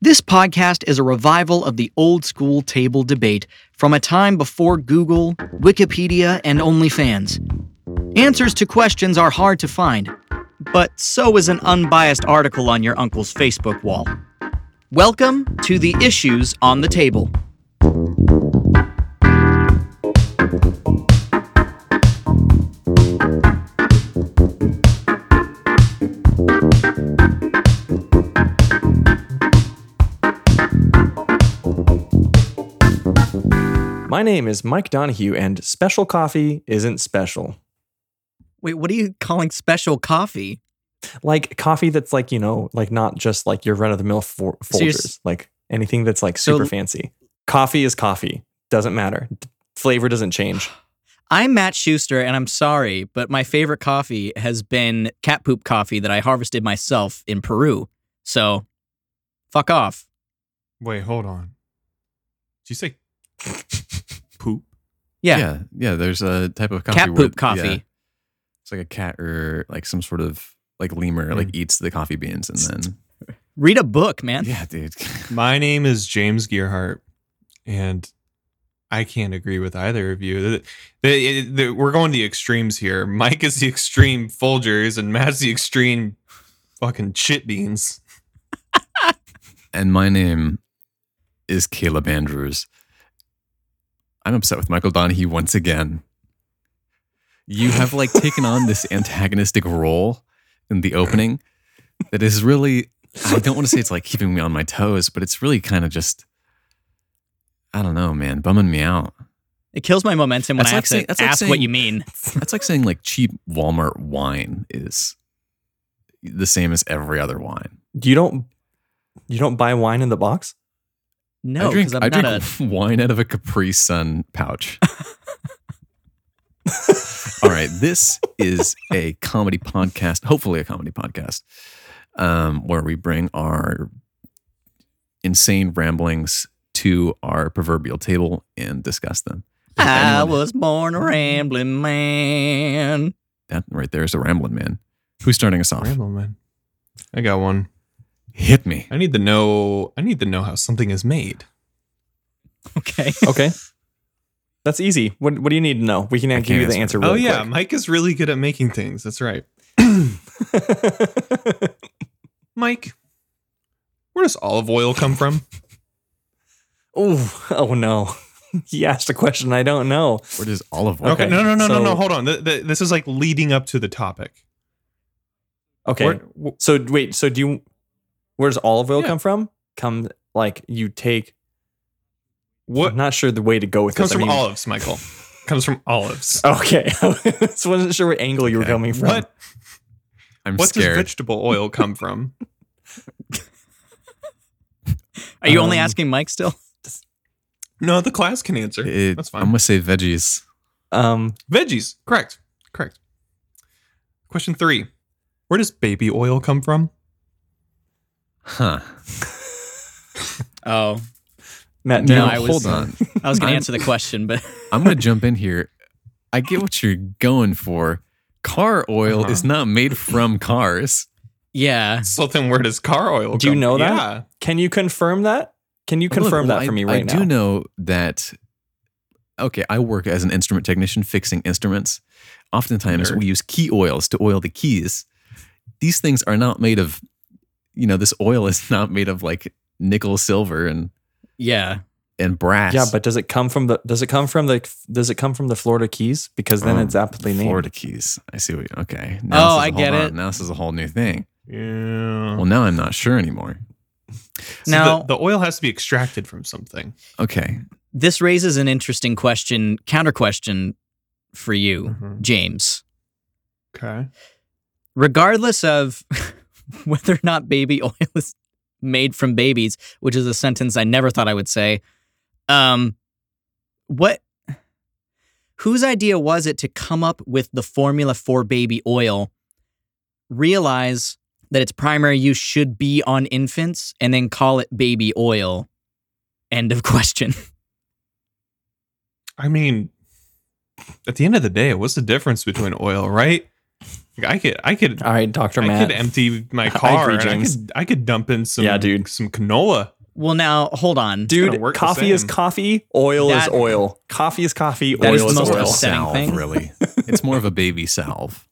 This podcast is a revival of the old school table debate from a time before Google, Wikipedia, and OnlyFans. Answers to questions are hard to find, but so is an unbiased article on your uncle's Facebook wall. Welcome to the Issues on the Table. My name is Mike Donahue, and special coffee isn't special. Wait, what are you calling special coffee? Like coffee that's like, you know, like not just like your run of the mill for- So you're s- Folgers, like anything that's like So- super fancy. Coffee is coffee. Doesn't matter. D- Flavor doesn't change. I'm Matt Schuster, and I'm sorry, but my favorite coffee has been cat poop coffee that I harvested myself in Peru. So, fuck off. Wait, hold on. Did you say poop? Yeah, yeah, yeah, There's a type of coffee. cat where- poop yeah, coffee. it's like a cat or like some sort of like lemur Mm. like eats the coffee beans and then Read a book, man. yeah, dude. My name is James Gearhart, and I can't agree with either of you. The- the- the- we're going to the extremes here. Mike is the extreme Folgers, and Matt's the extreme fucking shit beans. and my name is Caleb Andrews. I'm upset with Michael Donahue once again. You have like taken on this antagonistic role in the opening that is really I don't want to say it's like keeping me on my toes, but it's really kind of just I don't know, man, bumming me out. It kills my momentum when That's I like have saying- to that's like ask what saying- you mean. That's like saying like cheap Walmart wine is the same as every other wine. You don't you don't buy wine in the box? No, I drink, because I'm I not drink wine out of a Capri Sun pouch. All right, this is a comedy podcast, hopefully a comedy podcast, um, where we bring our insane ramblings to our proverbial table and discuss them. a. If I anyone- was born a rambling man. that right there is a rambling man. Who's starting us off? Ramble, man. I got one. Hit me. I need to know. I need to know how something is made. Okay. Okay. That's easy. What, what do you need to know? We can give you the answer. answer really oh yeah, quick. Mike is really good at making things. That's right. Mike, where does olive oil come from? oh, oh no. he asked a question I don't know. Where does olive oil? Okay. Okay, No, no, no, no, so- no. Hold on. Th- th- this is like leading up to the topic. Okay. Where- w- So wait, so do you where does olive oil Yeah. come from? Come like you take what I'm not sure the way to go with comes this. from I mean- olives, Michael? comes from olives. Okay. I just wasn't sure what angle you were Okay. coming from. What? I'm What does scared. vegetable oil come from? Are you only Um, asking Mike still? no, the class can answer. It- That's fine. I'm gonna say veggies. Um Veggies. Correct. Correct. Question three. Where does baby oil come from? Huh. Oh, Matt, No, no, I was- hold on. I was going to I'm- answer the question, but I'm gonna jump in here. I get what you're going for. Car oil Uh-huh. is not made from cars. yeah. So then where does car oil Do you come- know that? Yeah. Can you confirm that? Can you confirm Look, well, that for I- me right I now? do know that. Okay, I work as an instrument technician fixing instruments. Oftentimes, Nerd. we use key oils to oil the keys. These things are not made of, you know, this oil is not made of like nickel, silver, and Yeah. and brass. Yeah, but does it come from the does it come from the does it come from the Florida Keys? Because then Oh, it's aptly named. Florida keys. I see what. you- Okay. Oh, this is I a whole get lot- it. Now this is a whole new thing. Yeah. Well, now I'm not sure anymore. So Now- the, the oil has to be extracted from something. Okay. This raises an interesting question, counter question for you, Mhm. James. Okay. regardless of whether or not baby oil is made from babies, which is a sentence I never thought I would say. Um, what? Whose idea was it to come up with the formula for baby oil? Realize that its primary use should be on infants, and then call it baby oil. End of question. I mean, at the end of the day, what's the difference between oil, right? Like, I could, I could, All right, Dr. I Matt. could empty my I car. agree, and I James. could, I could dump in some, Yeah, dude. some canola. Well, now hold on. gonna Dude, work the coffee is same. coil, oil is That- oil. Coffee is coffee, That oil is is, the most oil. a upsetting salve, thing. really. It's more of a baby salve.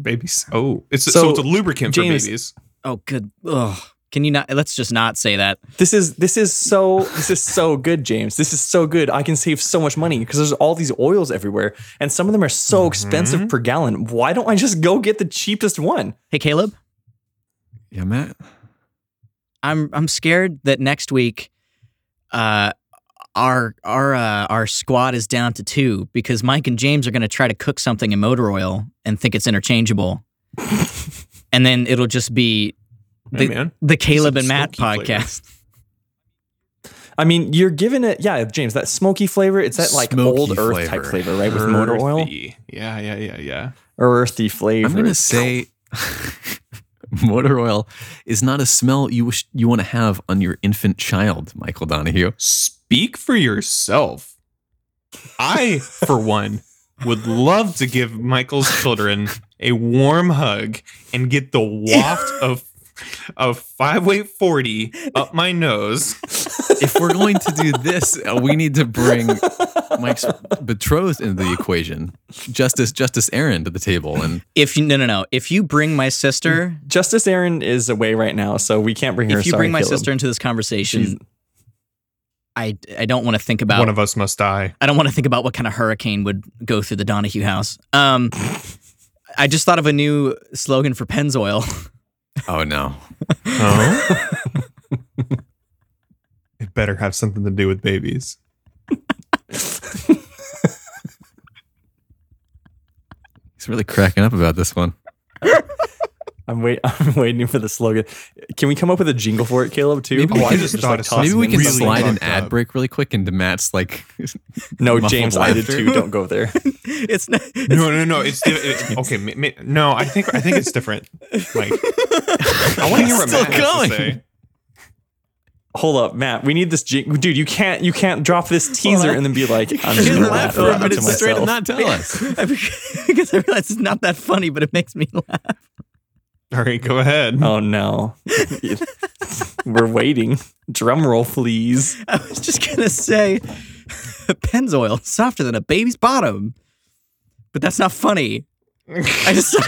Baby. s- Oh, it's so, So, it's a lubricant James- for babies. Oh, good. Ugh. Can you not? Let's just not say that. This is this is so this is so good, James. This is so good. I can save so much money because there's all these oils everywhere, and some of them are Mm-hmm. so expensive per gallon. Why don't I just go get the cheapest one? Hey, Caleb, Yeah, Matt. I'm I'm scared that next week, uh, our our uh, our squad is down to two because Mike and James are going to try to cook something in motor oil and think it's interchangeable, and then it'll just be Hey, the man. the Caleb and Some Matt smoky flavor. podcast. I mean, you're giving it, yeah, James. That smoky flavor. It's that like Smoky old earth type flavor. flavor, right? With motor oil, Earthy. Yeah, yeah, yeah, yeah. earthy flavor. I'm gonna say motor oil is not a smell you wish you want to have on your infant child, Michael Donahue. Speak for yourself. I, for one, would love to give Michael's children a warm hug and get the waft of of five weight forty up my nose. If we're going to do this, uh, we need to bring Mike's betrothed into the equation, Justice Justice Aaron, to the table, and If you no no no, if you bring my sister, Justice Aaron is away right now, so we can't bring her. if you Sorry, bring my Caleb. sister into this conversation, She's- I I don't want to think about One of us must die. I don't want to think about what kind of hurricane would go through the Donahue house. Um, I just thought of a new slogan for Pennzoil. oh no, Oh. it better have something to do with babies. he's really cracking up about this one. I'm wait. I'm waiting for the slogan. Can we come up with a jingle for it, Caleb? Too. Oh, Maybe we I can- just thought like, of toss Maybe it we in can there. really slide an fucked ad up. break really quick into Matt's like No, muffled James, I did laughter. too. Don't go there. it's not, No, no, no. It's di- it, okay. ma- ma- no, I think I think it's different. Like, I want to hear what Still Matt has going. to say. Hold up, Matt. We need this jingle, dude. You can't. You can't drop this teaser I- and then be like, I'm You just can gonna laugh laugh for a about it to minute straight and myself. not tell us. I because I realize it's not that funny, but it makes me laugh. All right, go ahead. Oh no, we're waiting. Drum roll, please. I was just gonna say Pennzoil softer than a baby's bottom, but that's not funny. I just.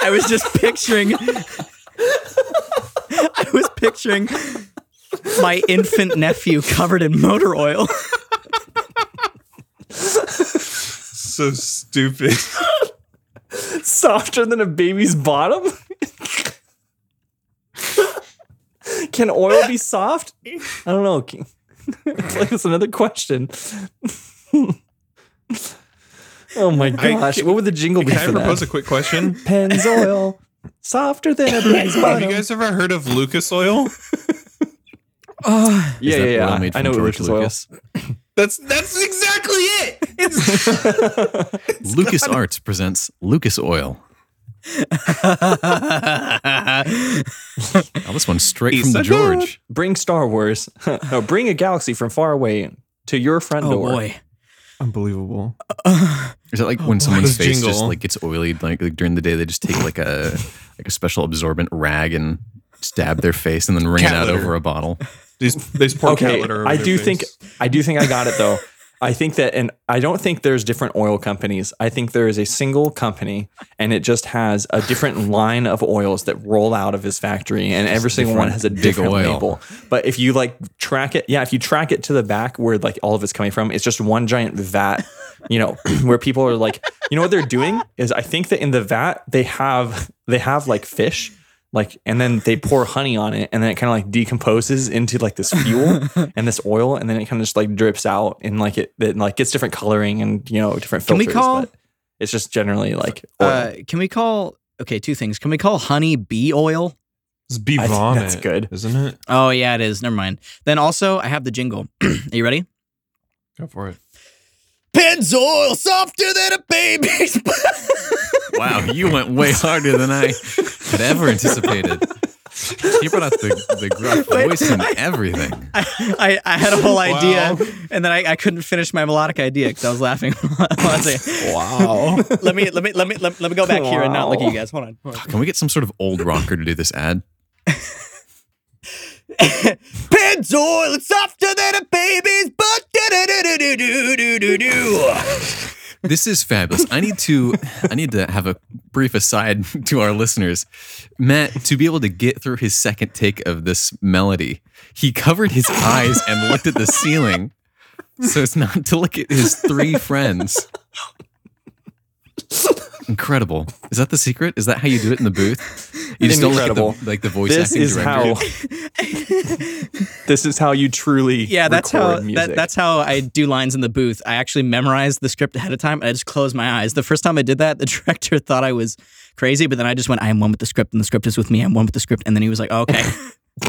I was just picturing. I was picturing my infant nephew covered in motor oil. So stupid. Softer than a baby's bottom. Can oil be soft? I don't know. Can- It's like it's another question. oh my I- gosh! what would the jingle be Can I for propose that? a quick question? Penn's oil, softer than a baby's Have bottom. you guys ever heard of Lucas yeah, Oil? Is yeah, that oil yeah. made I from know George Lucas oil. Lucas. That's that's exactly it. It's Lucas Arts presents Lucas Oil. Oh, this one's straight He's from the a George. Bring Star Wars. no, bring a galaxy from far away to your front oh door. boy. unbelievable. Is that like Oh, when someone's This face just jingle. like gets oily? Like, like during the day, they just take like a like a special absorbent rag and stab their face and then wring Cat it out litter. over a bottle. These these poor cat Okay, litter. over I their do face. think I do think I got it though. I think that, and I don't think there's different oil companies. I think there is a single company, and it just has a different line of oils that roll out of his factory, and every single one different has a big different oil. label. But if you like track it, yeah, if you track it to the back where like all of it's coming from, it's just one giant vat. You know, where people are like, you know what they're doing is, I think that in the vat they have they have like fish. Like and then they pour honey on it and then it kind of like decomposes into like this fuel and this oil and then it kind of just like drips out and like it, it like gets different coloring and you know different Can we filters. call- but it's just generally like oil. Uh, can we call? Okay, two things. Can we call honey bee oil? it's be I think vomit. that's good. isn't it? Oh yeah, it is. Never mind. Then also, I have the jingle. Are you ready? Go for it. Pennzoil softer than a baby's. Wow, you went way harder than I had ever anticipated. You brought out the, the gruff Wait, voice and everything. I, I had a whole idea, Wow. and then I, I couldn't finish my melodic idea because I was laughing. Hold on a second. Wow. let me let me let me let, me- let me go back here and not look at you guys. Hold on. Hold on. Can we get some sort of old rocker to do this ad? Pennzoil, it's softer than a baby's butt. Do-do-do-do-do-do-do-do. This is fabulous. I need to I need to have a brief aside to our listeners. Matt, to be able to get through his second take of this melody, he covered his eyes and looked at the ceiling so as not to look at his three friends. Incredible. Is that the secret? Is that how you do it in the booth? You just don't Incredible. look at the, like the voice This acting is director. how. this is how you truly. Yeah, that's record how Music. that, that's how I do lines in the booth. I actually memorized the script ahead of time and I just closed my eyes. The first time I did that, the director thought I was crazy, but then I just went, I am one with the script and the script is with me. I'm one with the script. And then he was like, oh, okay. Like,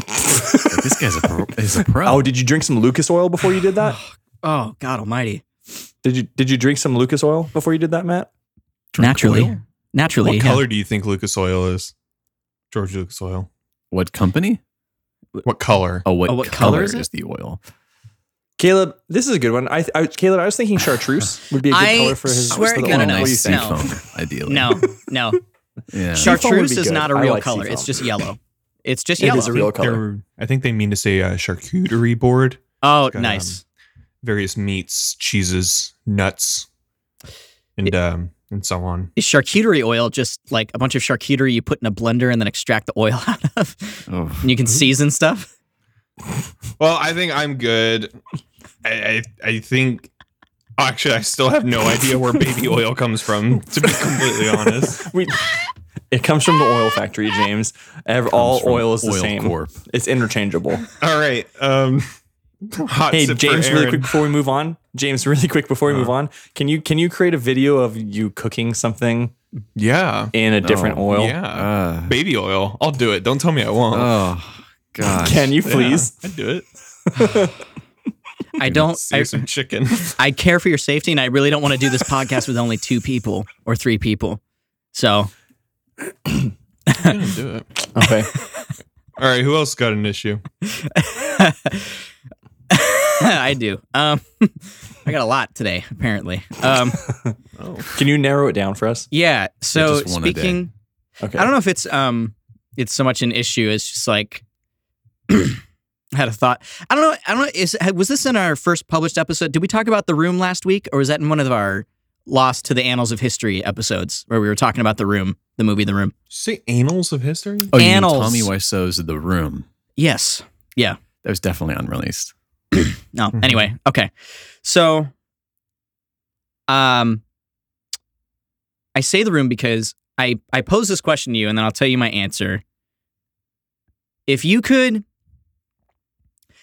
this guy's a pro. Is a pro. Oh, did you drink some Lucas oil before you did that? oh, God almighty. Did you did you drink some Lucas oil before you did that, Matt? Drink naturally. oil? Naturally. What yeah. color do you think Lucas Oil is? George Lucas Oil. What company? What color? Oh, what, Oh, what color, color is, is it? the oil? Caleb, this is a good one. I, I Caleb, I was thinking chartreuse would be a good I color for his. swear- for the no, oil. no, no, What do you think? no. Seafoam, ideally. No, no. Yeah. Seafoam would Chartreuse be is good. not a I real like color. seafoam. It's just yellow. It's just It yellow. is a real color. They're- I think they mean to say uh, charcuterie board. oh, got, nice. various meats, cheeses, nuts, and um, and so on. Is charcuterie oil just like a bunch of charcuterie you put in a blender and then extract the oil out of? Oh. And you can Mm-hmm. season stuff? Well, I think I'm good. I I, I think actually I still have no idea where baby oil comes from. To be completely honest, We, it comes from the oil factory, James. Ev- all Comes from oil is the Oil same. Corp. It's interchangeable. all right. Um, hot hey, sip for James, really Aaron. quick before we move on. James, really quick before we move Uh-huh. on. Can you can you create a video of you cooking something Yeah, in a different No. oil? Uh, yeah. Ah. baby oil. I'll do it. Don't tell me I won't. oh, gosh. Can you please? I do it. I don't. I, Save some chicken. I care for your safety, and I really don't want to do this podcast with only two people or three people. So I'm gonna do it. Okay. All right. Who else got an issue? I do. Um, I got a lot today, apparently. Um, Can you narrow it down for us? yeah. So just one a day. speaking, Okay. I don't know if it's um, it's so much an issue. It's just like I had a thought. I don't know. I don't know. Is was this in our first published episode? Did we talk about the room last week, or was that in one of our lost to the annals of history episodes where we were talking about the room, the movie, the room? Say annals of history. Uh, Oh, you mean Annals. Tommy Wiseau's The Room. Yes. That was definitely unreleased. No. Mm-hmm. Mhm. Anyway, okay. So um I say the room because I I pose this question to you and then I'll tell you my answer. If you could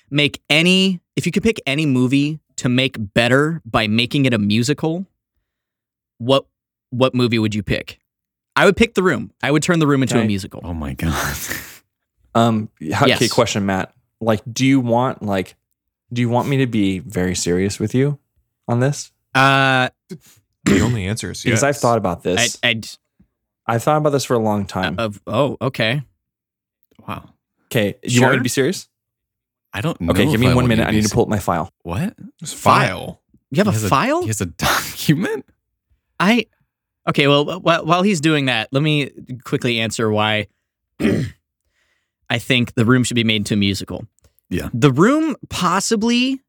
make any if you could pick any movie to make better by making it a musical, what what movie would you pick? I would pick The Room. I would turn The Room into a Okay. musical. Oh my god. Um, how, okay, Yes. question, Matt. Like, do you want like, do you want me to be very serious with you on this? Oh, Uh The only answer is yes. Because I've thought about I this. I'd I, have thought about this for a long Um, time. of oh, okay. Wow. okay, do you want me to be serious? I don't know. Okay, give if me I one want minute. to I be need to s- pull Oh. up my file. What? It's file. You have He has a file? He has a document. I okay. Well, while, while he's doing that, let me quickly answer why I think the room should be made into a musical. Yeah. the room possibly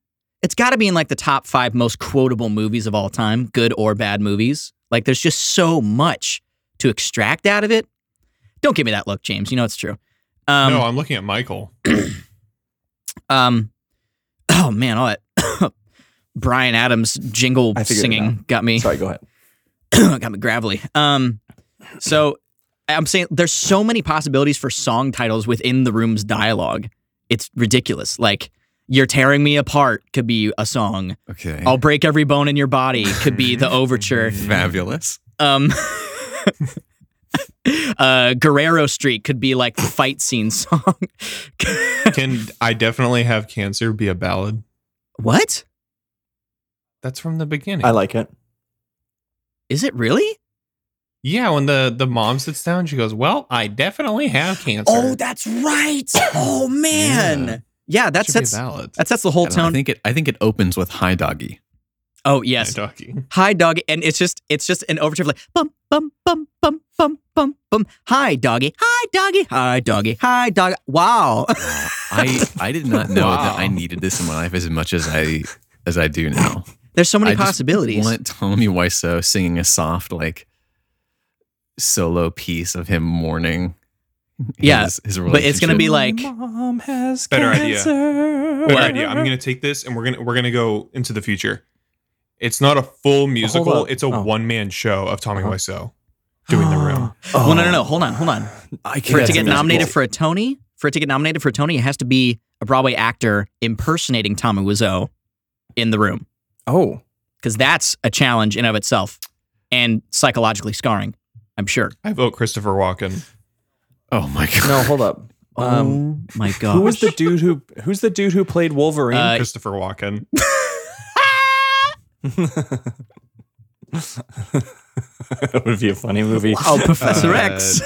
it's got to be in like the top five most quotable movies of all time, good or bad movies. Like, there's just so much to extract out of it. Don't give me that look, James. You know it's true. Um, no, I'm looking at Michael. um, oh man, all that Brian Adams jingle I figured it singing got me. Sorry, go ahead. Oh, got me gravelly. Um, so I'm saying there's so many possibilities for song titles within the room's dialogue. It's ridiculous. Like "You're Tearing Me Apart" could be a song. Okay. "I'll Break Every Bone in Your Body" could be the overture. Fabulous. Um, uh, "Guerrero Street" could be like the fight scene song. Can I definitely have cancer be a ballad? what That's from the beginning. I like it. is it really? yeah, when the the mom sits down, she goes, "Well, I definitely have cancer." Oh, that's right. Oh man, yeah, That that should sets be a ballad. that sets the whole I don't know, I tone. think it. I think it opens with "Hi, doggy." Oh yes. Hi, doggy. Hi doggy. And it's just it's just an overture of like bum bum bum bum bum bum bum. Hi doggy. Hi doggy. Hi doggy. Hi dog. Wow. I I did not know Wow. that I needed this in my life as much as I as I do now. There's so many I just possibilities. want Tommy Wiseau singing a soft like solo piece of him mourning. Yeah, his, his but it's gonna relationship. be like mom has Better idea. cancer. Better idea. I'm gonna take this and we're gonna we're gonna go into the future. It's not a full musical. up. It's a Oh. one man show of Tommy Uh-huh. Wiseau doing the room. Well, Oh. no, no, no. Hold on, hold on. Oh, I For can't it to get imagine. nominated for a Tony, for it to get nominated for a Tony, it has to be a Broadway actor impersonating Tommy Wiseau in the room, Oh, because that's a challenge in of itself, and psychologically scarring. I'm sure. I vote Christopher Walken. oh my god. no, hold up. Um, oh my god. who was the dude who who's the dude who played Wolverine? Uh, Christopher Walken. that would be a funny movie. Oh, Uh, Professor X.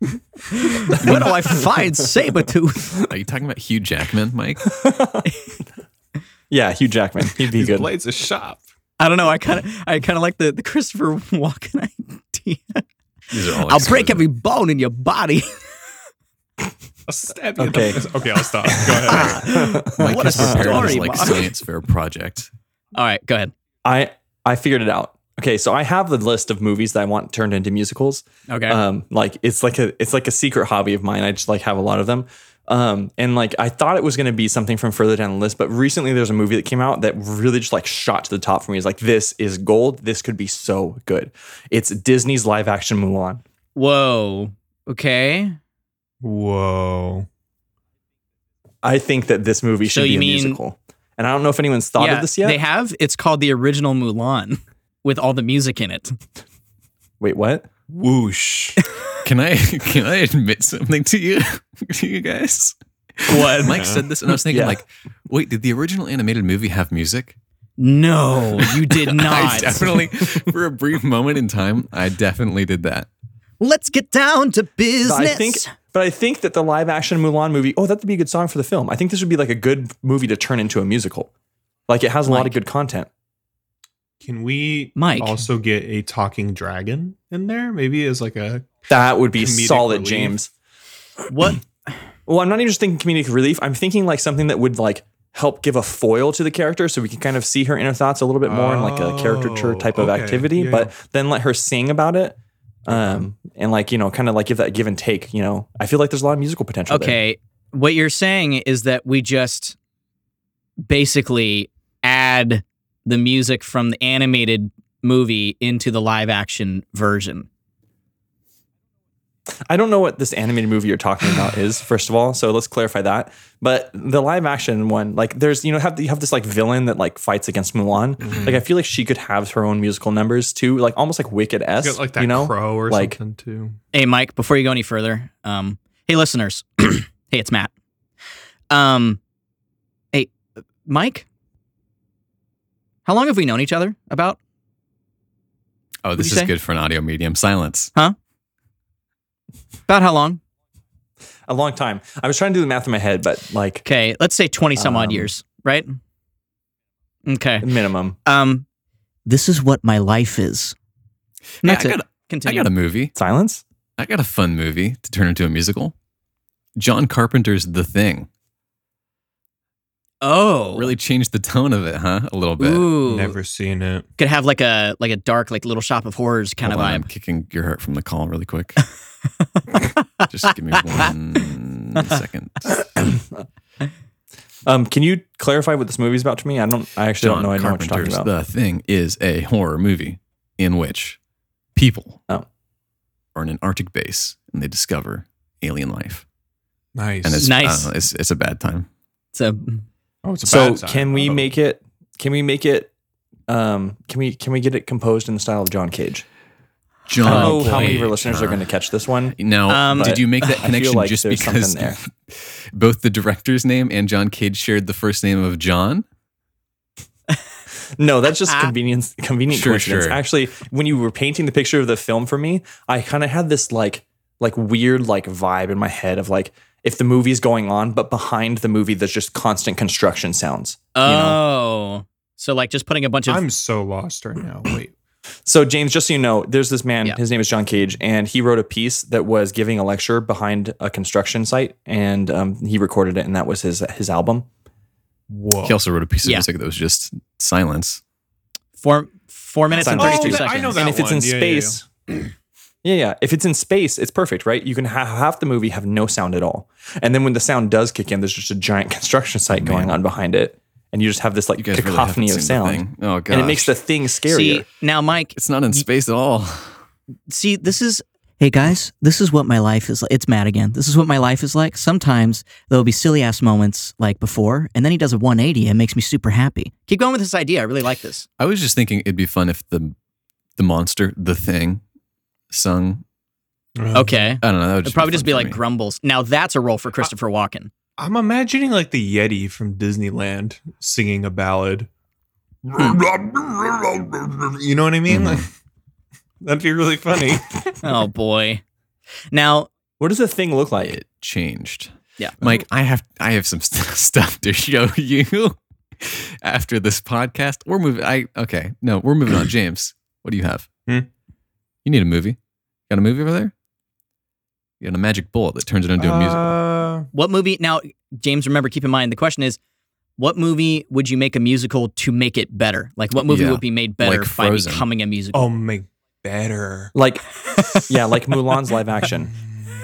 Where do I find Sabretooth? Are you talking about Hugh Jackman, Mike? Yeah, Hugh Jackman. He'd be These good. blades a shop. I don't know. I kind of, I kind of like the, the Christopher Walken idea. These are all I'll break exquisite. every bone in your body. I'll stab you. Okay. In the face. Okay, I'll stop. Go ahead. Mike What has a prepared his story, like Mike. science fair project. All right, go ahead. I I figured it out. Okay, so I have the list of movies that I want turned into musicals. Okay. Um, like it's like a it's like a secret hobby of mine. I just like have a lot of them. Um, and like I thought it was gonna be something from further down the list, but recently there's a movie that came out that really just like shot to the top for me. It's like this is gold. This could be so good. It's Disney's live action Mulan. Whoa. Okay. Whoa. I think that this movie So should be you a mean- musical. And I don't know if anyone's thought yeah, of this yet. They have. It's called the original Mulan with all the music in it. Wait, what? Whoosh. Can I can I admit something to you to you guys? What? Mike said this, and I was thinking Yeah. like, wait, did the original animated movie have music? No, you did I not. definitely, for a brief moment in time, I definitely did that. Let's get down to business. But I think, but I think that the live action Mulan movie. Oh, that'd be a good song for the film. I think this would be like a good movie to turn into a musical. Like it has a lot Mike. of good content. Can we Mike. also get a talking dragon in there? Maybe as like a That would be Comedic solid, relief. James. what? Well, I'm not even just thinking comedic relief. I'm thinking like something that would like help give a foil to the character, so we can kind of see her inner thoughts a little bit more in like a caricature Oh, type of okay. activity. Yeah, But then let her sing about it, um, and like you know, kind of like give that give and take. You know, I feel like there's a lot of musical potential. there. Okay. What you're saying is that we just basically add the music from the animated movie into the live action version. I don't know what this animated movie you're talking about is, first of all. So let's clarify that. But the live action one, like there's, you know, have you have this like villain that like fights against Mulan. Like I feel like she could have her own musical numbers too, like almost like Wicked got S. like that you know, crow or like- something too. Hey, Mike, before you go any further, um, hey, listeners. hey, it's Matt. Um, hey, Mike, how long have we known each other about? Oh, this you is say? good for an audio medium. Silence. About how long? a long time. I was trying to do the math in my head, but like Okay, let's say 20 some odd Um, years, right? Okay. minimum. Um, this is what my life is. And Hey, That's I, it. got a, I Continue. got a movie. Silence? I got a fun movie to turn into a musical. John Carpenter's The Thing oh, really changed the tone of it, huh? A little bit. Ooh, Never seen it. could have like a like a dark like little shop of horrors kind Hold on, I'm of vibe. kicking your heart from the call really quick. Just give me one second. Um, can you clarify what this movie's about to me? I don't I actually John don't know, I know what you're talking Carpenter's about. The Thing is a horror movie in which people Oh. are in an Arctic base and they discover alien life. Nice. And it's uh, I Nice. don't know, it's, it's a bad time. So oh, it's a so bad sign. can we Oh. make it can we make it um can we can we get it composed in the style of John Cage? John I don't know how many of our Cage, listeners are huh? going to catch this one. Now, Um, did you make that I feel connection like just there's because something both the director's name and John Cage shared the first name of John? No, that's just convenience. Convenient Sure, coincidence. sure. Actually, when you were painting the picture of the film for me, I kind of had this like like weird like vibe in my head of like if the movie's going on, but behind the movie there's just constant construction sounds. oh, know. So like just putting a bunch of I'm so lost right now. Wait. So James, just so you know, there's this man. Yeah. His name is John Cage, and he wrote a piece that was giving a lecture behind a construction site, and um, he recorded it, and that was his his album. Whoa. He also wrote a piece of Yeah. music that was just silence. four four minutes and Oh, thirty two that- seconds. I know and that if it's one. in Yeah, yeah, yeah. space, yeah. yeah, if it's in space, it's perfect, right? You can have half the movie have no sound at all, and then when the sound does kick in, there's just a giant construction site going on behind it, and you just have this like You guys really haven't cacophony seen of the sound, thing. Oh god, and it makes the thing scarier. See now, Mike. it's not in space at all. See, this is hey guys. This is what my life is. like. It's Matt again. This is what my life is like. Sometimes there'll be silly ass moments like before, and then he does a one eighty and makes me super happy. Keep going with this idea. I really like this. I was just thinking it'd be fun if the the monster, the thing, sung. Okay, I don't know. That would it'd just probably just fun be for like me. grumbles. Now that's a role for Christopher Walken. I'm imagining like the Yeti from Disneyland singing a ballad. you know what I mean? Mhm. Like, that'd be really funny. Oh boy. Now What does the thing look like? it changed. Yeah. Mike, I have I have some st- stuff to show you after this podcast. We're moving. I okay. No, we're moving on. James, what do you have? Hmm? You need a movie. Got a movie over there? You got a magic bullet that turns it into a musical. Uh, What movie? Now, James, remember, keep in mind the question is, what movie would you make a musical to make it better? Like, what movie Yeah. would be made better Like by Frozen. becoming a musical? oh, make better. Like, yeah, like Mulan's live action.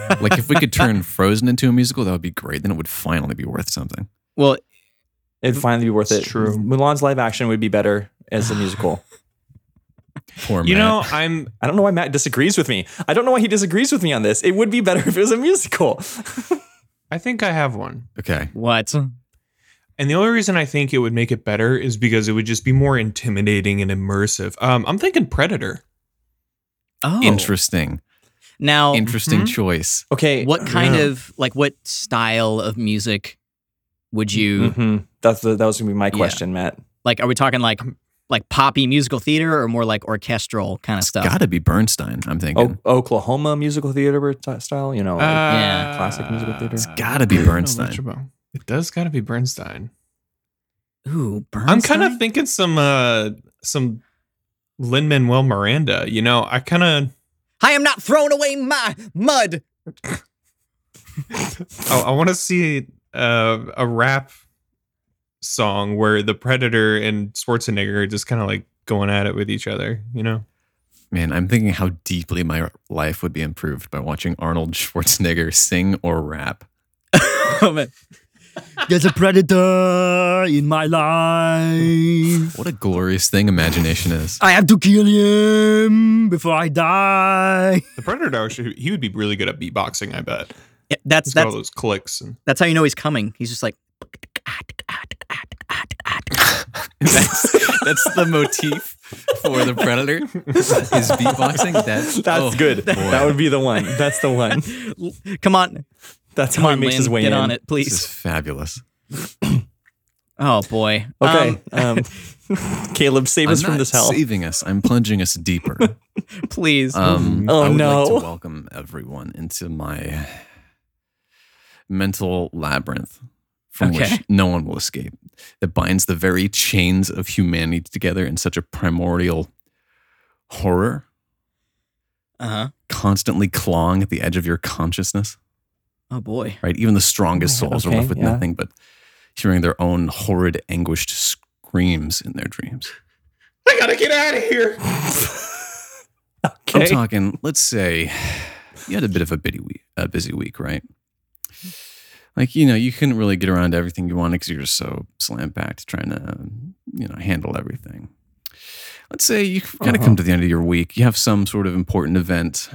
Uh. Like if we could turn Frozen into a musical, that would be great. Then it would finally be worth something. Well, It'd finally be worth It's it. true. Mulan's live action would be better as a musical. Poor You Matt. know, I'm I don't know why Matt disagrees with me. I don't know why he disagrees with me on this. It would be better if it was a musical. I think I have one. Okay. what? And the only reason I think it would make it better is because it would just be more intimidating and immersive. Um, I'm thinking Predator. Oh, Interesting. now, Interesting Mhm. choice. Okay. what kind Yeah. of like what style of music would you hmm That's the, that was gonna be my Yeah. question, Matt. like? Are we talking like like poppy musical theater or more like orchestral kind of It's stuff? got to be Bernstein, I'm Oh, thinking. O- Oklahoma musical theater t- style, you Uh, know. like- yeah, classic musical theater. Uh, It's gotta be I don't know Bernstein. much about- It does gotta be Bernstein. Ooh, Bernstein? I'm kind of thinking some uh some Lin Manuel Miranda. You know, I kind of I am not throwing away my mud. I, I want to see uh, a rap song where the Predator and Schwarzenegger are just kind of like going at it with each other. You know, Man, I'm thinking how deeply my life would be improved by watching Arnold Schwarzenegger sing or rap. Oh, man. There's a predator in my life. What a glorious thing imagination is. I have to kill him before I die. the Predator actually he would be really good at beatboxing. I bet that's he's got all that's those clicks and that's how you know he's coming. He's just like That's, that's the motif for the Predator. Is beatboxing? That, That's oh, good. boy. That would be the one. That's the one. come on, That's come how he on, makes his Lynn, way get in. on it, This is please. fabulous. Oh boy. Okay. Um, Caleb, save us I'm from not this hell. saving us. I'm plunging us deeper. Um, please. Um, Oh, I would no. like to welcome everyone into my mental labyrinth from Okay. which no one will escape that binds the very chains of humanity together in such a primordial horror, uh huh. constantly clawing at the edge of your consciousness, Oh boy. right? Even the strongest Right, souls are okay, left with yeah. nothing but hearing their own horrid, anguished screams in their dreams. I gotta get out of here. I'm okay. talking, let's say you had a bit of a bitty week, a busy week, right? Like, you know, you couldn't really get around to everything you wanted because you're just so slam packed trying to, you know, handle everything. Let's say you kind of Uh-huh. come to the end of your week. You have some sort of important event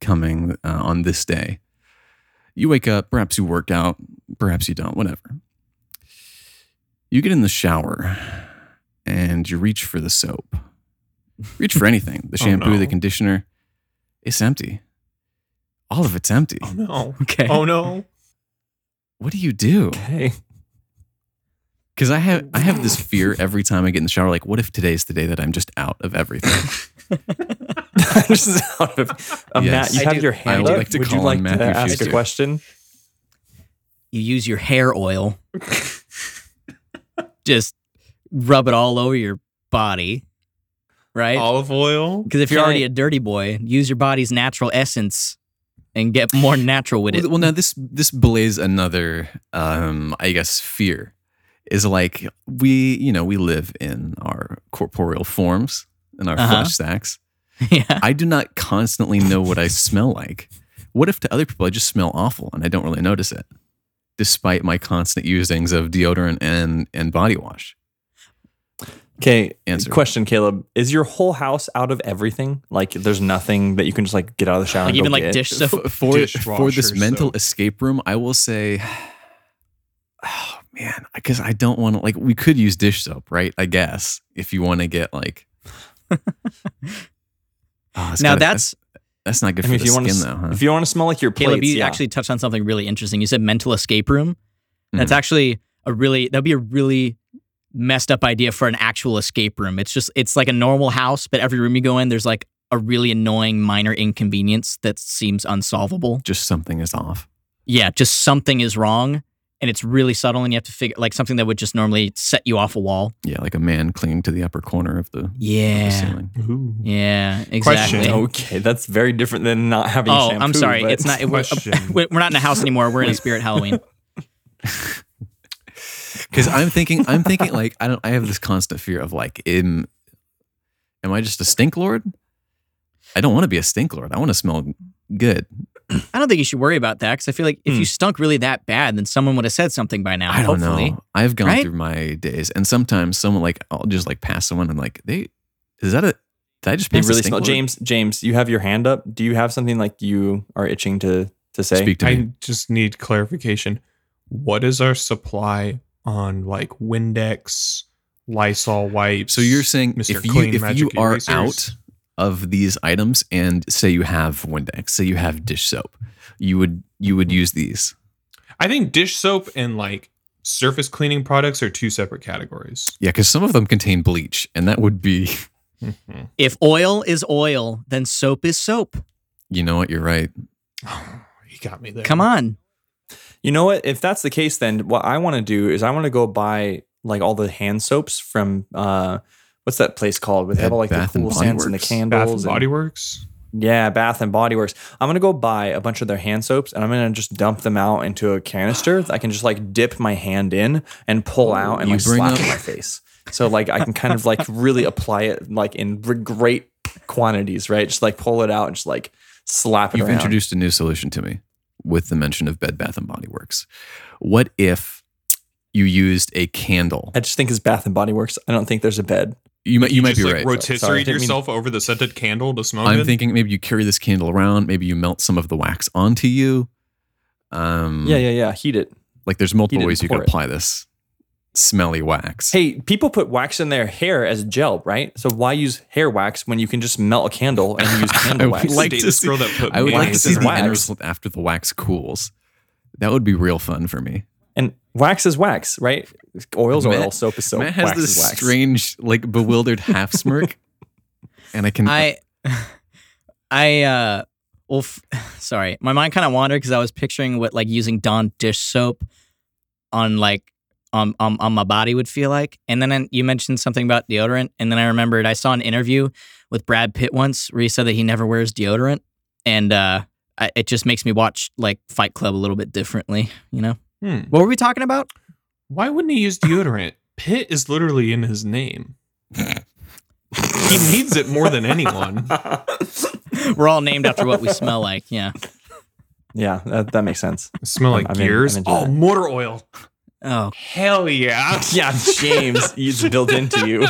coming uh, on this day. You wake up, perhaps you work out, perhaps you don't, whatever. You get in the shower and you reach for the soap. Reach for anything the Oh, shampoo, no. the conditioner. It's empty. All of it's empty. Oh no! Okay. Oh no! What do you do? Okay. Because I have I have this fear every time I get in the shower. Like, what if today's the day that I'm just out of everything? This is out of- uh, Yes. Matt, you I have do- your I hand would up. like to would call you on like to Matthew ask a Schuster. question? You use your hair oil. just rub it all over your body, right? Olive oil. Because if you're Can already I- a dirty boy, use your body's natural essence and get more natural with it. Well, well, now this this belays another, um, I guess, fear is like we, you know, we live in our corporeal forms and our Uh-huh. flesh sacks. yeah. I do not constantly know what I smell like. What if to other people I just smell awful and I don't really notice it, despite my constant usings of deodorant and and body wash? Okay, Answer. question, Caleb. Is your whole house out of everything? Like, there's nothing that you can just like get out of the shower. Like and even go like get? dish soap. F- for for this Dishwasher mental soap. escape room, I will say, oh man, because I don't want to like we could use dish soap, right? I guess if you want to get like. Oh, it's now gotta- that's that's not good I for mean, if the you skin want to, though. Huh? if you want to smell like your plates, Caleb. you yeah. actually touched on something really interesting. You said mental escape room. That's Mhm. actually a really that'd be a really messed up idea for an actual escape room. It's just it's like a normal house, but every room you go in, there's like a really annoying minor inconvenience that seems unsolvable. Just something is off. yeah, just something is wrong and it's really subtle and you have to figure like something that would just normally set you off a wall. Yeah, like a man clinging to the upper corner of the, of the Yeah. ceiling. Ooh. Yeah, exactly. Question. okay, that's very different than not having. Oh, shampoo, I'm sorry. but- It's not it, we're, Question. we're not in a house anymore. We're in a spirit Halloween. Because I'm thinking, I'm thinking like I don't. I have this constant fear of like, am, am I just a stink lord? I don't want to be a stink lord. I want to smell good. I don't think you should worry about that cuz I feel like if you stunk really that bad, then someone would have said something by now. Hmm. I don't hopefully. know. I've gone right? through my days, and sometimes someone like I'll just like pass someone and like they is that a did I just They pass a really stink smell. lord? James, James, you have your hand up. Do you have something like you are itching to to say? Speak to me. I just need clarification. What is our supply on like Windex, Lysol wipes? So you're saying Mr. if you Clean if you Magic are erasers? out of these items, and say you have Windex, say you have dish soap, you would you would use these. I think dish soap and like surface cleaning products are two separate categories. Yeah, because some of them contain bleach, and that would be Mhm. If oil is oil, then soap is soap. you know what you're right. you got me there. Come on. You know what? If that's the case, then what I want to do is I want to go buy like all the hand soaps from uh, what's that place called? Where they Bed have all like the Bath and cool Body scents and the Works. Bath candles. and Body Works. and- yeah, Bath and Body Works. I'm gonna go buy a bunch of their hand soaps and I'm gonna just dump them out into a canister that I can just like dip my hand in and pull out and You like bring slap up- in my face. So like I can kind of like really apply it like in re- great quantities, right? Just like pull it out and just like slap it You've around. introduced a new solution to me with the mention of Bed Bath and Body Works. What if you used a candle? I just think it's Bath and Body Works. I don't think there's a bed. You might you, might just, be like, right. Sorry, I Rotisserie didn't mean- yourself over the scented candle to smell I'm good? thinking maybe you carry this candle around. Maybe you melt some of the wax onto you. Um, Yeah, yeah, yeah. Heat it. Like there's multiple didn't ways you could pour it. apply this smelly wax. Hey, people put wax in their hair as gel, right? So why use hair wax when you can just melt a candle and use I candle would wax? Let's like date to this see- girl that put I would like to mayonnaise see is in her the wax. end hair. result after the wax cools. That would be real fun for me. and wax is wax, right? Oil's Matt- oil, soap is soap. Matt has wax this is wax. strange, like bewildered half smirk, and I can. I, I, uh, well, f- sorry, my mind kind of wandered because I was picturing what like using Dawn dish soap on like on, on on my body would feel like, and then I, you mentioned something about deodorant, and then I remembered I saw an interview with Brad Pitt once where he said that he never wears deodorant, and uh, I, it just makes me watch like Fight Club a little bit differently, you know. Hmm. What were we talking about? Why wouldn't he use deodorant? Pitt is literally in his name. he needs it more than anyone. we're all named after what we smell like. Yeah. yeah, that, that makes sense. smell like I'm in- I'm gears. into oh, that. motor oil. Oh Hell yeah. Yeah, James, it's built into you.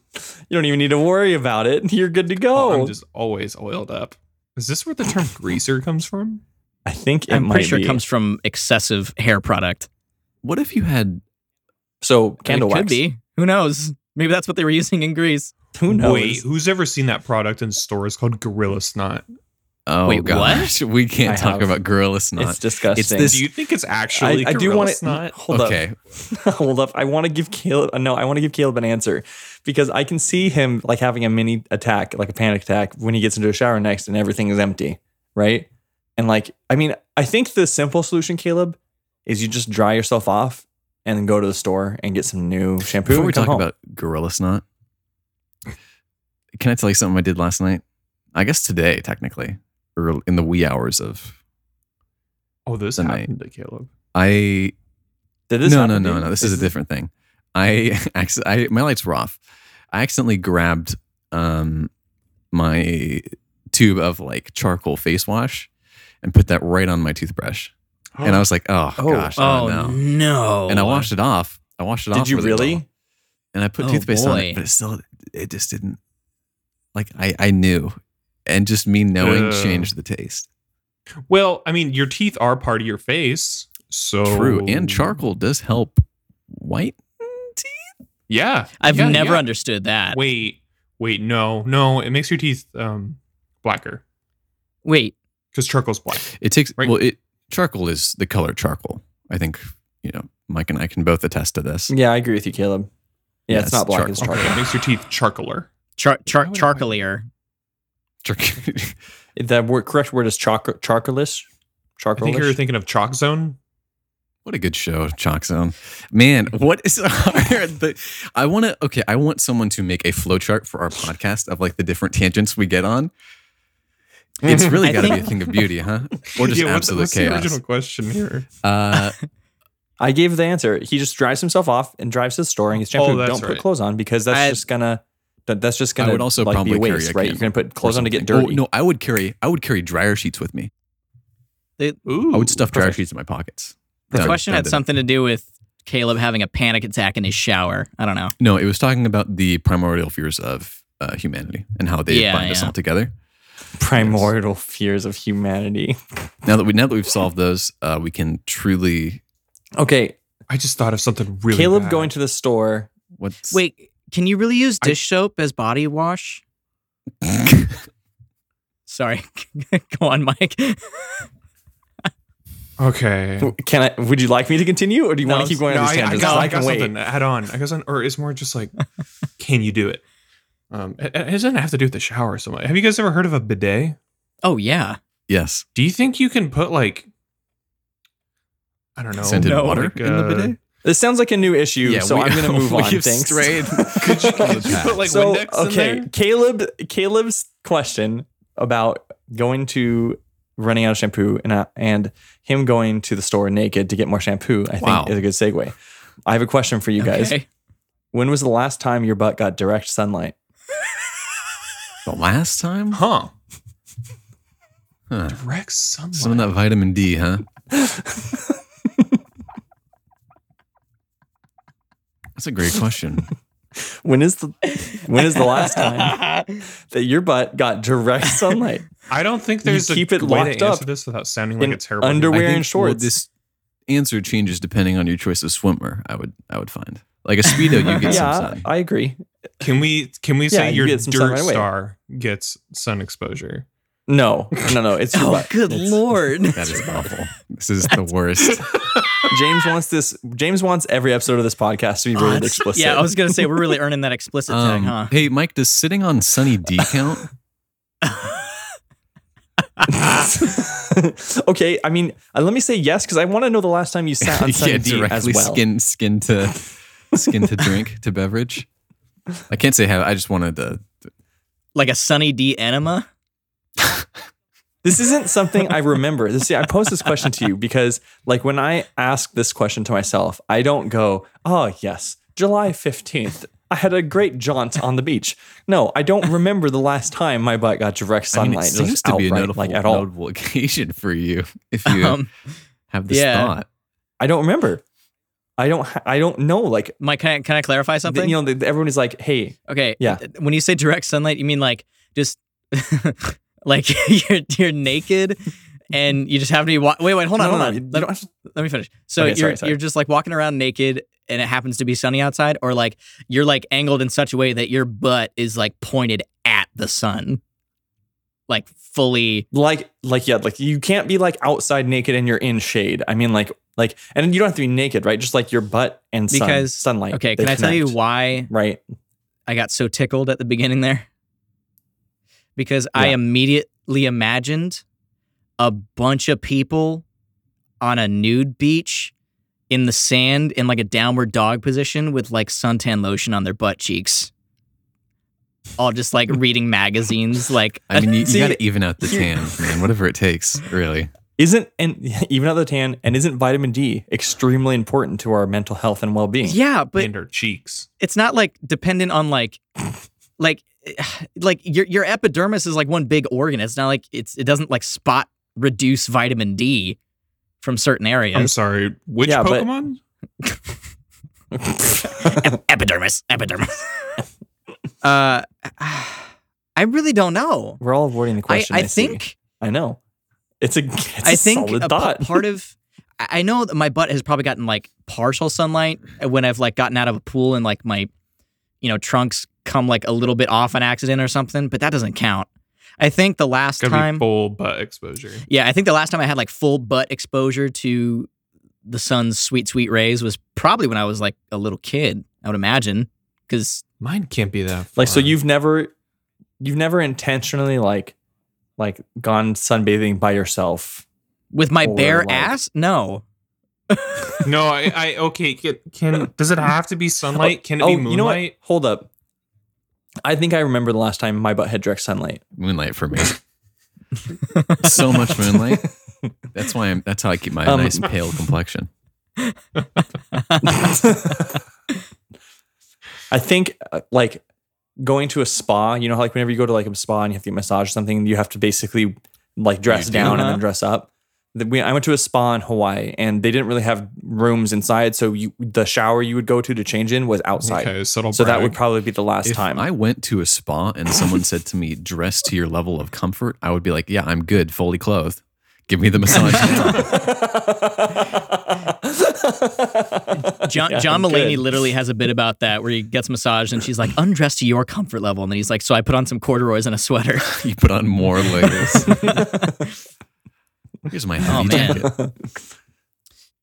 you don't even need to worry about it. You're good to Oh, go. I'm just always oiled up. Is this where the term greaser comes from? I think it I'm might pretty sure be. it comes from excessive hair product. what if you had so candle it could wax. be. Who knows? Maybe that's what they were using in Greece. Who knows? Wait, who's ever seen that product in stores called Gorilla Snot? Oh Wait, what? gosh, we can't I talk have. about gorilla snot. It's disgusting. this- Do you think it's actually I, I do Gorilla want to Snot? hold up. okay, Hold up. I want to give Caleb uh, no, I want to give Caleb an answer because I can see him like having a mini attack, like a panic attack when he gets into a shower next and everything is empty, right? And like I mean, I think the simple solution Caleb is you just dry yourself off and then go to the store and get some new shampoo. Before and we come talk home. about Gorilla Snot, can I tell you something I did last night? I guess today, technically, or in the wee hours of. Oh, this The night. happened to Caleb. I Did this no, no, happen to no, you? no. This is a different thing. I, acc- I my lights were off. I accidentally grabbed um my tube of like charcoal face wash and put that right on my toothbrush, and I was like, oh, Oh. gosh, oh, Oh no. no! And I washed it off. I washed it off. Did you with a really? towel, And I put Oh, toothpaste on it, boy. but it still it just didn't. Like I I knew, and just me knowing Ugh. changed the taste. Well, I mean, your teeth are part of your face, so True, and Oh. charcoal does help white teeth. Yeah, I've yeah, never yeah. understood that. Wait, Wait, wait, no, no, it makes your teeth um blacker because charcoal's black. It takes Right. well, it charcoal is the color charcoal. I think you know Mike and I can both attest to this. Yeah, I agree with you, Caleb. Yeah, Yeah, it's, it's not black, it's charcoal. Okay, charcoal. it makes your teeth charcoaler. char- char- Why would I- charcoalier. Char- The word, correct word is charcoal, charcoalish. I think you're Charcoalish. thinking of chalk zone. what a good show, Chalk Zone. Man, what is our, the, I want to okay, I want someone to make a flowchart for our podcast of like the different tangents we get on. It's really I got to be a think- thing of beauty, huh? Or just Yeah, what's- absolute what's The chaos. original question here. uh, I gave the answer. He just drives himself off and drives to the store and gets shampoo. Oh, that's Don't put right. clothes on because that's I- just gonna that, that's just I gonna would also like, be probably carry waste, a right? You're gonna candle put clothes on to get something. dirty. Oh, no, I would carry I would carry dryer sheets with me. Ooh, I would stuff dryer perfect. sheets in my pockets. The Done- question done had did it. something to do with Caleb having a panic attack in his shower. I don't know. No, it was talking about the primordial fears of uh, humanity and how they Yeah, bind us yeah. all together. Primordial fears of humanity. Now that we now that we've solved those, uh, we can truly Okay, I just thought of something really. Caleb bad. going to the store. what's Wait, can you really use I- dish soap as body wash? Sorry, go on, Mike. Okay. Can I? Would you like me to continue, or do you No, want to keep going No, on this I, I tangent? got, I I can got wait. something to add on. I got something, or it's more just like, can you do it? Um, it, it doesn't have to do with the shower so much. Have you guys ever heard of a bidet? Oh yeah, yes, Do you think you can put like, I don't know, scented no, water like, in the uh, bidet. This sounds like a new issue, so we- I'm gonna move we on. have Thanks. strayed. Could you- could you put, like, so Windex in okay, there? Caleb. Caleb's question about going to running out of shampoo and uh, and him going to the store naked to get more shampoo. I Wow. think is a good segue. I have a question for you guys. Okay. When was the last time your butt got direct sunlight? The last time, Huh? huh. Direct sunlight. some of that vitamin D, huh? That's a great question. When is the when is the last time that your butt got direct sunlight? I don't think there's You keep a it way locked to answer up this without sounding like in a terrible underwear. I Wearing think, well, shorts. this answer changes depending on your choice of swimmer. I would I would find like a speedo, you get yeah, some sun. I agree. Can we can we say Yeah, you your get some dirt sun right away. star gets sun exposure? No, no, no. It's your Oh butt. good It's- lord! That is awful. This is the worst. James wants this. James wants every episode of this podcast to be rated explicit. Oh, Yeah, I was gonna say we're really earning that explicit tag, Um, huh? Hey, Mike, does sitting on sunny D count? okay, I mean, uh, let me say yes because I want to know the last time you sat on Sunny D as directly well. skin skin to skin to drink to beverage. I can't say how. I just wanted to. Like a Sunny D enema. This isn't something I remember. This I posed this question to you because, like, when I ask this question to myself, I don't go, "Oh yes, July fifteenth, I had a great jaunt on the beach." No, I don't remember the last time my butt got direct I mean, sunlight. it just seems to be a outright, notable, like at all. notable occasion for you if you Um, have this yeah. thought. I don't remember. I don't. ha- I don't know. Like, th- Mike, can I, can I clarify something? you know, th- everyone is like, "Hey, Okay. Yeah. When you say direct sunlight, you mean like just like you're you're naked and you just happen to be wa- wait wait hold on no, hold no, on you let, don't have to let me finish. So Okay, you're sorry, sorry. you're just like walking around naked and it happens to be sunny outside, or like you're like angled in such a way that your butt is like pointed at the sun, like fully. like like yeah like you can't be like outside naked and you're in shade i mean like like and you don't have to be naked right just like your butt and sun, Because- sunlight Okay, they can I tell you connect, why right I got so tickled at the beginning there because I Yeah. immediately imagined a bunch of people on a nude beach in the sand in like a downward dog position with like suntan lotion on their butt cheeks. All just like reading magazines, like I mean, you, See- you got to even out the tan, man. Whatever it takes, really. Isn't and even out of the tan, and isn't vitamin D extremely important to our mental health and well being? yeah, but in her cheeks. it's not like dependent on like like like your your epidermis is like one big organ. It's not like it's it doesn't like spot reduce vitamin D from certain I'm areas. sorry. Which Yeah, but- Pokemon? epidermis, epidermis. uh, I really don't know. We're all avoiding the I question. I, I see. think. I know. It's a it's I a think solid a p- thought. part of I I know that my butt has probably gotten like partial sunlight when I've like gotten out of a pool and like my you know trunks come like a little bit off on accident or something, but that doesn't count. I think the last It's gotta be time full butt exposure. yeah, I think the last time I had like full butt exposure to the sun's sweet sweet rays was probably when I was like a little kid, I would imagine, cuz Mine can't be that. like so far. you've never you've never intentionally like like gone sunbathing by yourself. with my Or, bare like- ass? No. no, I, I okay. Can, can does it have to be sunlight? Can it oh, be you know what? moonlight? Hold up. I think I remember the last time my butt had direct sunlight. Moonlight for me. so much moonlight. That's why I'm. That's how I keep my Um, nice pale complexion. I think uh, like going to a spa, you know, how, like whenever you go to like a spa and you have to get massage or something, you have to basically like dress do. down and Uh-huh. then dress up. The- we- I went to a spa in Hawaii and they didn't really have rooms inside, so you, the shower you would go to to change in was outside. Okay, subtle. So that brag. would probably be the last If time. I went to a spa and someone said to me, "Dress to your level of comfort," I would be like, "Yeah, I'm good, fully clothed. Give me the massage." John, Yeah, John I'm Mulaney good. literally has a bit about that where he gets massaged and she's like, undress to your comfort level. And then he's like, so I put on some corduroys and a sweater. you put on more layers. Here's my heavy Oh, man. jacket.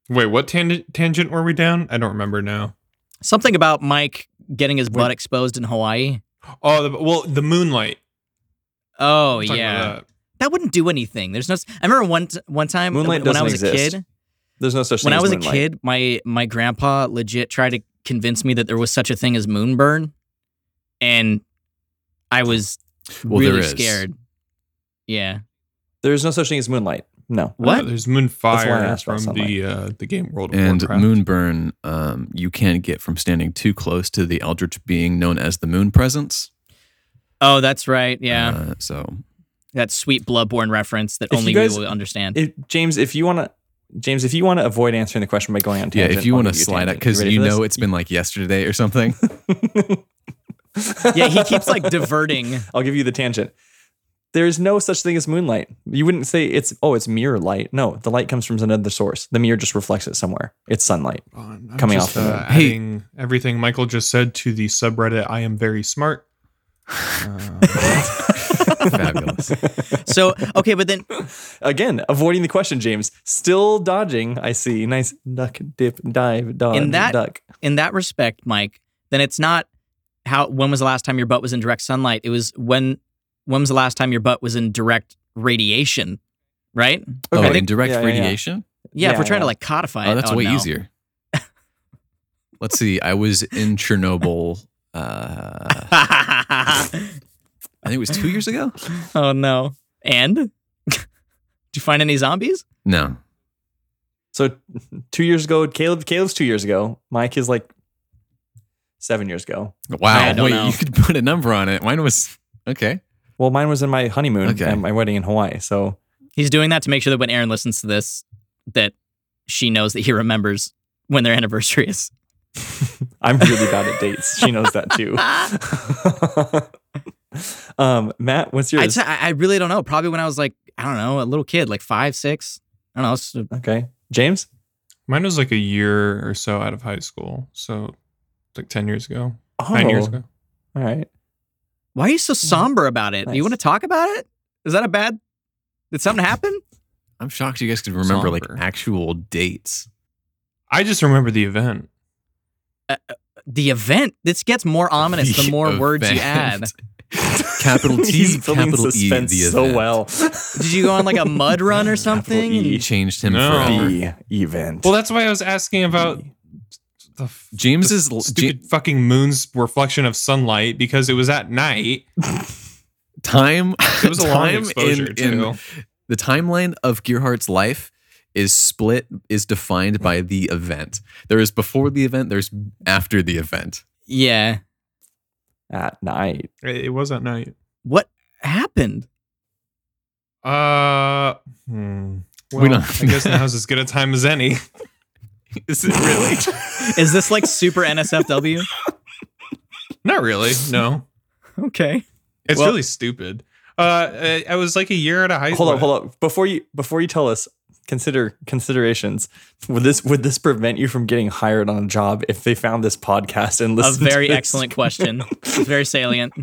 Wait, what tan- tangent were we down? I don't remember now. Something about Mike getting his butt exposed in Hawaii. Oh, the, well, the moonlight. Oh, I'm talking yeah. That. about Uh, wouldn't do anything. There's no, s- I remember one, t- one time Moonlight when I doesn't was a exist. kid, There's no such thing when I as was a moonlight. kid, my, my grandpa legit tried to convince me that there was such a thing as moonburn. And I was Well, there really is. scared. Yeah. There's no such thing as moonlight. No. that. What? Uh, there's moonfire asked about from the uh, the game World of And Warcraft. moonburn, um, you can't get from standing too close to the eldritch being known as the moon presence. Oh, that's right. Yeah. Uh, so that sweet bloodborne reference that If only you guys- we will understand. If, James, if you want to, James, if you want to avoid answering the question by going on yeah, tangent, if you I'll want to give a slide up tangent. because ready you for know this? it's been like yesterday or something. yeah, he keeps like diverting. I'll give you the tangent. There is no such thing as moonlight. You wouldn't say it's oh, it's mirror light. No, the light comes from another source. The mirror just reflects it somewhere. It's sunlight. I'm coming just, off of uh, it. Hey. adding everything Michael just said to the subreddit. I am very smart. Uh, Fabulous. So okay, but then Again, avoiding the question, James. Still dodging. I see. Nice duck, dip, dive, dodge, In that- duck. in that respect, Mike, then it's not how when was the last time your butt was in direct sunlight? It was when when was the last time your butt was in direct radiation, right? Oh, Okay. and direct Yeah, yeah, yeah. radiation? Yeah, if Yeah, we're trying to yeah. like codify it. Oh, that's way no. easier. Let's see. I was in Chernobyl. Uh, I think it was two years ago. oh no. And did you find any zombies? No, So two years ago, Caleb, Caleb's two years ago. Mike is like seven years ago. I Wow. don't Wait, know. you could put a number on it. Mine was okay. Well, mine was in my honeymoon Okay. and my wedding in Hawaii. So He's doing that to make sure that when Aaron listens to this, that she knows that he remembers when their anniversary is. I'm really bad at dates. She knows that too. um, Matt, what's I yours? t- I I really don't know. Probably when I was like, I don't know, a little kid, like five, six. I don't know. s- okay, James. mine was like a year or so out of high school, so like ten years ago, Oh, nine years ago. All right. Why are you so somber about it? Do you Nice. want to talk about it? Is that a bad? Did something happen? I'm shocked you guys could remember like Somber. actual dates. I just remember the event. The event. This gets more ominous the more words you add. event. Capital T, He's building capital E. The suspense so event. well. Did you go on like a mud run or something? E. He changed him No. forever. The event. Well, that's why I was asking about the f- James the is l- stupid fucking moon's reflection of sunlight because it was at night. time. It was a long time exposure in, too. the timeline of Gearhart's life is split is defined by the event. There is before the event. There's after the event. Yeah. at night. It it was at night. What happened? Uh, hmm. We Well, don't- I guess now's as good a time as any. Is it really? Is this like super NSFW? Not really. No, Okay. it's Well- really stupid. Uh, I, I was like a year out of high. Hold up, hold up. Before you before you tell us, consider considerations. Would this would this prevent you from getting hired on a job if they found this podcast and A listened? very to this? excellent question. It's very salient.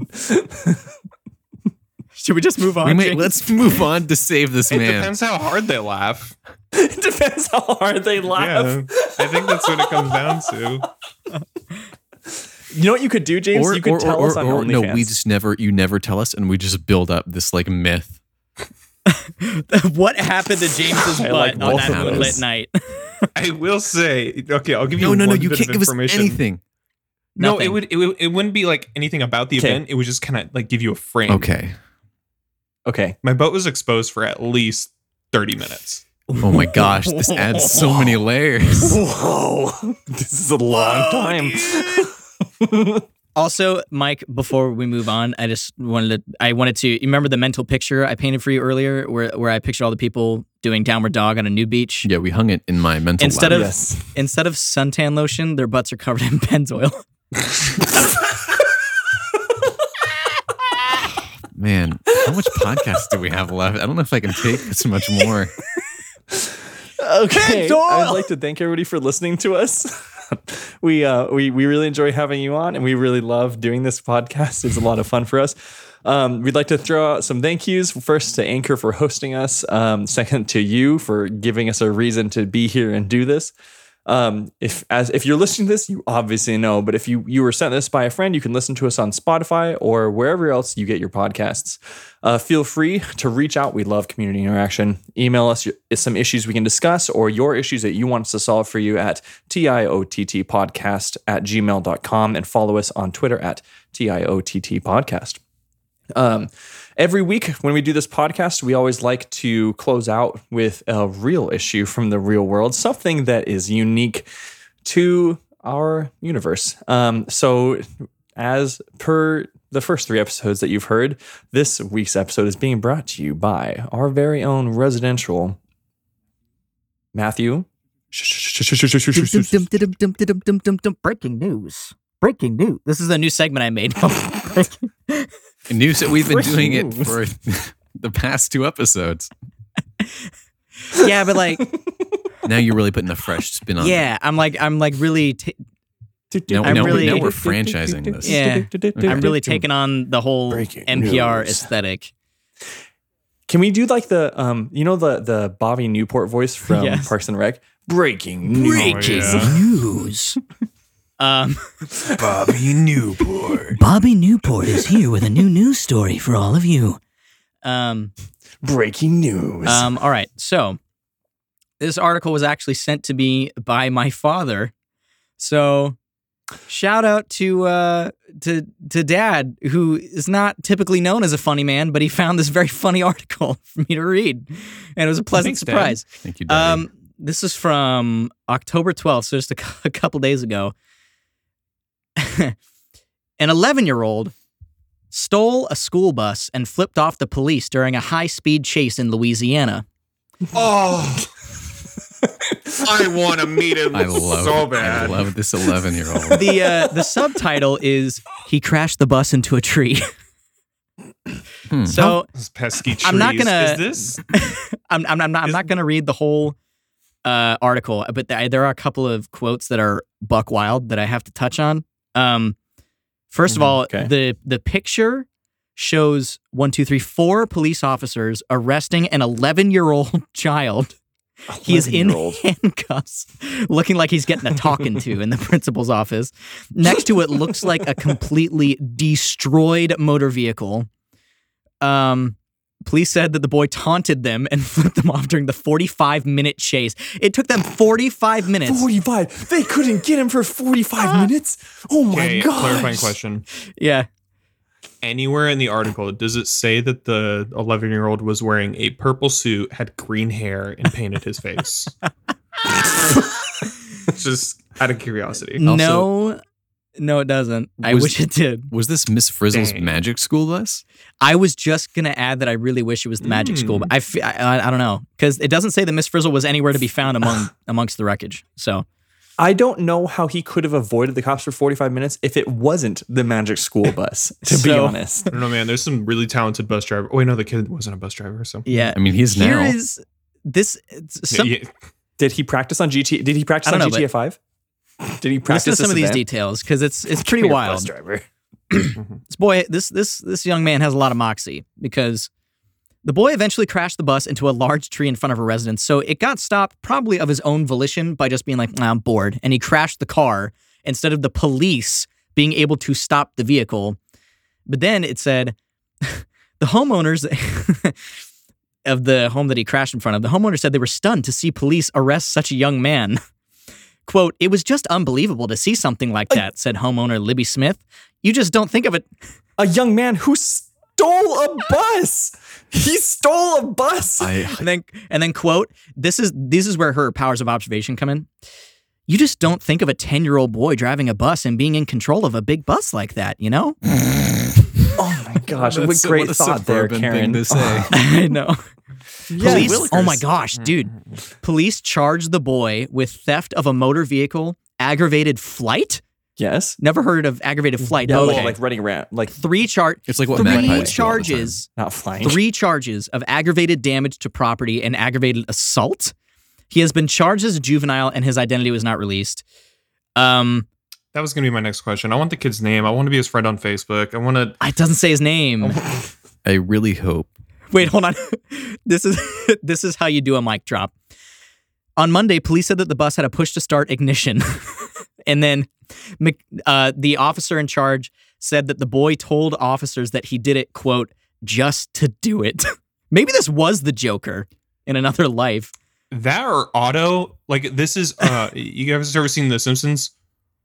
Should we just move on? we may, James? let's move on to save this It man. depends how hard they laugh. it depends how hard they laugh. I think that's what it comes down to. You know what you could do, James? you could tell us on or- no, OnlyFans. we just never. You never tell us, and we just build up this like myth. what happened to James's I butt like on both that of those. moonlit night? I will say, okay, I'll give you No, no, no. one You bit can't of give us information. anything. No, Nothing. it would, it would it wouldn't be like anything about the Okay. event. It would just kind of like give you a frame. Okay. okay. My boat was exposed for at least 30 minutes. Oh my gosh, this adds so many layers. Whoa, this is a long time. Also, Mike, before we move on, I just wanted to I wanted to you remember the mental picture I painted for you earlier where where I pictured all the people doing downward dog on a new beach. Yeah, we hung it in my mental. Instead lab. of- yes. Instead of suntan lotion, their butts are covered in benzoyl. man, how much podcast do we have left? I don't know if I can take this much more. Okay. Hey, Doyle! I'd like to thank everybody for listening to us. we uh we we really enjoy having you on and we really love doing this podcast. It's a lot of fun for us. Um, we'd like to throw out some thank yous. First to Anchor for hosting us. Um, second to you for giving us a reason to be here and do this. Um, if as if you're listening to this, you obviously know, but if you you were sent this by a friend, you can listen to us on Spotify or wherever else you get your podcasts. Uh, feel free to reach out. We love community interaction. Email us your, some issues we can discuss or your issues that you want us to solve for you at tiottpodcast at gmail.com and follow us on Twitter at tiottpodcast. Um, every week when we do this podcast, we always like to close out with a real issue from the real world, something that is unique to our universe. Um, so, as per the first three episodes that you've heard, this week's episode is being brought to you by our very own residential Matthew. Breaking news. Breaking news. This is a new segment I made. News that we've been Breaking doing it news. for the past two episodes. yeah, but like, Now you're really putting a fresh spin on. yeah, I'm like, I'm like really, t- Now, I'm now, really- now we're franchising this. Yeah. I'm really taking on the whole Breaking NPR news. aesthetic. Can we do like the um, you know the the Bobby Newport voice from Yes. Parks and Rec? Breaking news. Breaking yeah. news. Oh, Um, Bobby Newport. Bobby Newport is here with a new news story for all of you. Um, Breaking news. Um, all right. So this article was actually sent to me by my father. So shout out to uh, to to dad, who is not typically known as a funny man, but he found this very funny article for me to read, and it was a pleasant Thanks, Dad. surprise. Thank you, Daddy. Um, this is from October 12th, so just a, cou- a couple days ago. An 11 year old stole a school bus and flipped off the police during a high speed chase in Louisiana. Oh, I want to meet him I love, so I bad. love this 11 year old. The, uh, the subtitle is He Crashed the Bus into a Tree. Hmm. So Those pesky trees. I'm not gonna- Is this? I'm, I'm, I'm not, I'm not going to read the whole uh, article, but th- there are a couple of quotes that are buck wild that I have to touch on. Um, first of Mhm, all, okay. the the picture shows one, two, three, four police officers arresting an 11 year old child He is in 11-year-old. handcuffs, looking like he's getting a talking to in the principal's office. Next to it looks like a completely destroyed motor vehicle. Um, police said that the boy taunted them and flipped them off during the 45 minute chase. It took them 45 minutes. 45. They couldn't get him for Ah. 45 minutes. Oh my Okay, god. clarifying question. Yeah. Anywhere in the article does it say that the 11 year old was wearing a purple suit, had green hair, and painted his face? Just out of curiosity. Also- no, no, it doesn't. I Was- wish it did. Was this Miss Frizzle's Dang. magic school bus? I was just gonna add that I really wish it was the Magic School, Hmm. but I, fe- I, I- I don't know because it doesn't say that Miss Frizzle was anywhere to be found among amongst the wreckage. So I don't know how he could have avoided the cops for 45 minutes if it wasn't the magic school bus, to be So- honest. I don't know, man. There's some really talented bus driver. Oh, wait, no, the kid wasn't a bus driver. So yeah, I mean, he is here now. is this. it's Some, Yeah, Did he practice on GT? Did he practice I on don't know, but- GTA 5? Did he practice listen to some this of these event? details because it's it's Give pretty me a bus wild. driver. This boy, this this this young man has a lot of moxie because the boy eventually crashed the bus into a large tree in front of a residence. So it got stopped probably of his own volition by just being like, "Nah, I'm bored, and he crashed the car instead of the police being able to stop the vehicle. But then it said the homeowners of the home that he crashed in front of, the homeowner said they were stunned to see police arrest such a young man. Quote, it was just unbelievable to see something like that, said homeowner Libby Smith. You just don't think of it. A young man who stole a bus. He stole a bus. I, And then and then quote, this is this is where her powers of observation come in. You just don't think of a 10-year-old boy driving a bus and being in control of a big bus like that, you know? oh my gosh. That's What a- great what a thought there, suburban thing Karen. Oh, to say. I know. Yeah, Police, oh Willikers. my gosh, dude. Police charged the boy with theft of a motor vehicle, aggravated flight. Yes. Never heard of aggravated flight. Yeah, No, like, okay. like running around, like three char- it's like what magpies do all three the time. charges, not flying. three charges of aggravated damage to property and aggravated assault. He has been charged as a juvenile, and his identity was not released. Um, that was going to be my next question. I want the kid's name. I want to be his friend on Facebook. I want to. it doesn't say his name. I really hope Wait, hold on. this is this is how you do a mic drop. On Monday, police said that the bus had a push to start ignition, and then Mc- uh, the officer in charge said that the boy told officers that he did it quote just to do it. Maybe this was the Joker in another life. That or Otto. Like, this is. uh You guys ever seen The Simpsons?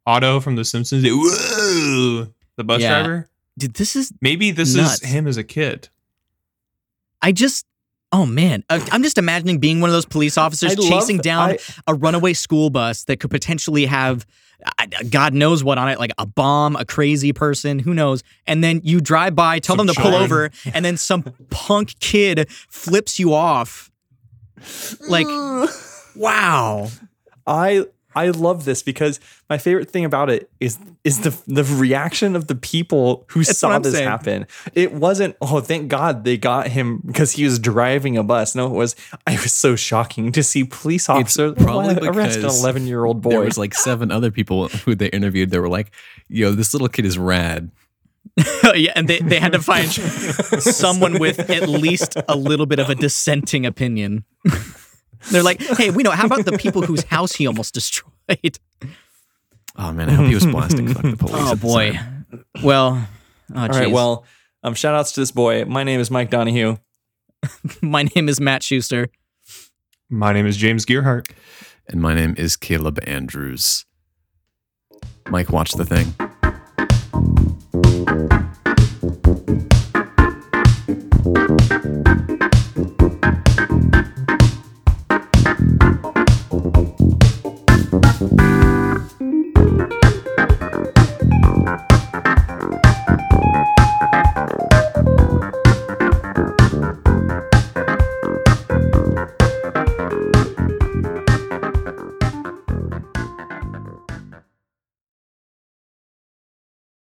Otto from The Simpsons. Whoa! The bus Yeah. driver. Dude, this is Maybe this Nuts. is him as a kid. I just. Oh man, Uh, I'm just imagining being one of those police officers I love- chasing down I- a runaway school bus that could potentially have uh, God knows what on it, like a bomb, a crazy person, who knows. And then you drive by, tell Some them to pull children. over, and then some punk kid flips you off. Like, wow. I I love this because my favorite thing about it is is the the reaction of the people who That's what saw I'm this saying. happen. It wasn't oh thank God they got him because he was driving a bus. No, it was I was so shocking to see police officers probably arrest an because eleven year old there boy. was like seven other people who they interviewed that were like, "Yo, this little kid is rad." yeah, and they, they had to find someone with at least a little bit of a dissenting opinion. They're like, hey, we know. How about the people whose house he almost destroyed? Oh man, I hope he was blasting fuck the police. Oh at the boy. time. Well, oh, All right, geez. well, um, shout outs to this boy. My name is Mike Donahue. my name is Matt Schuster. My name is James Gearhart. And my name is Caleb Andrews. Mike, watch the thing.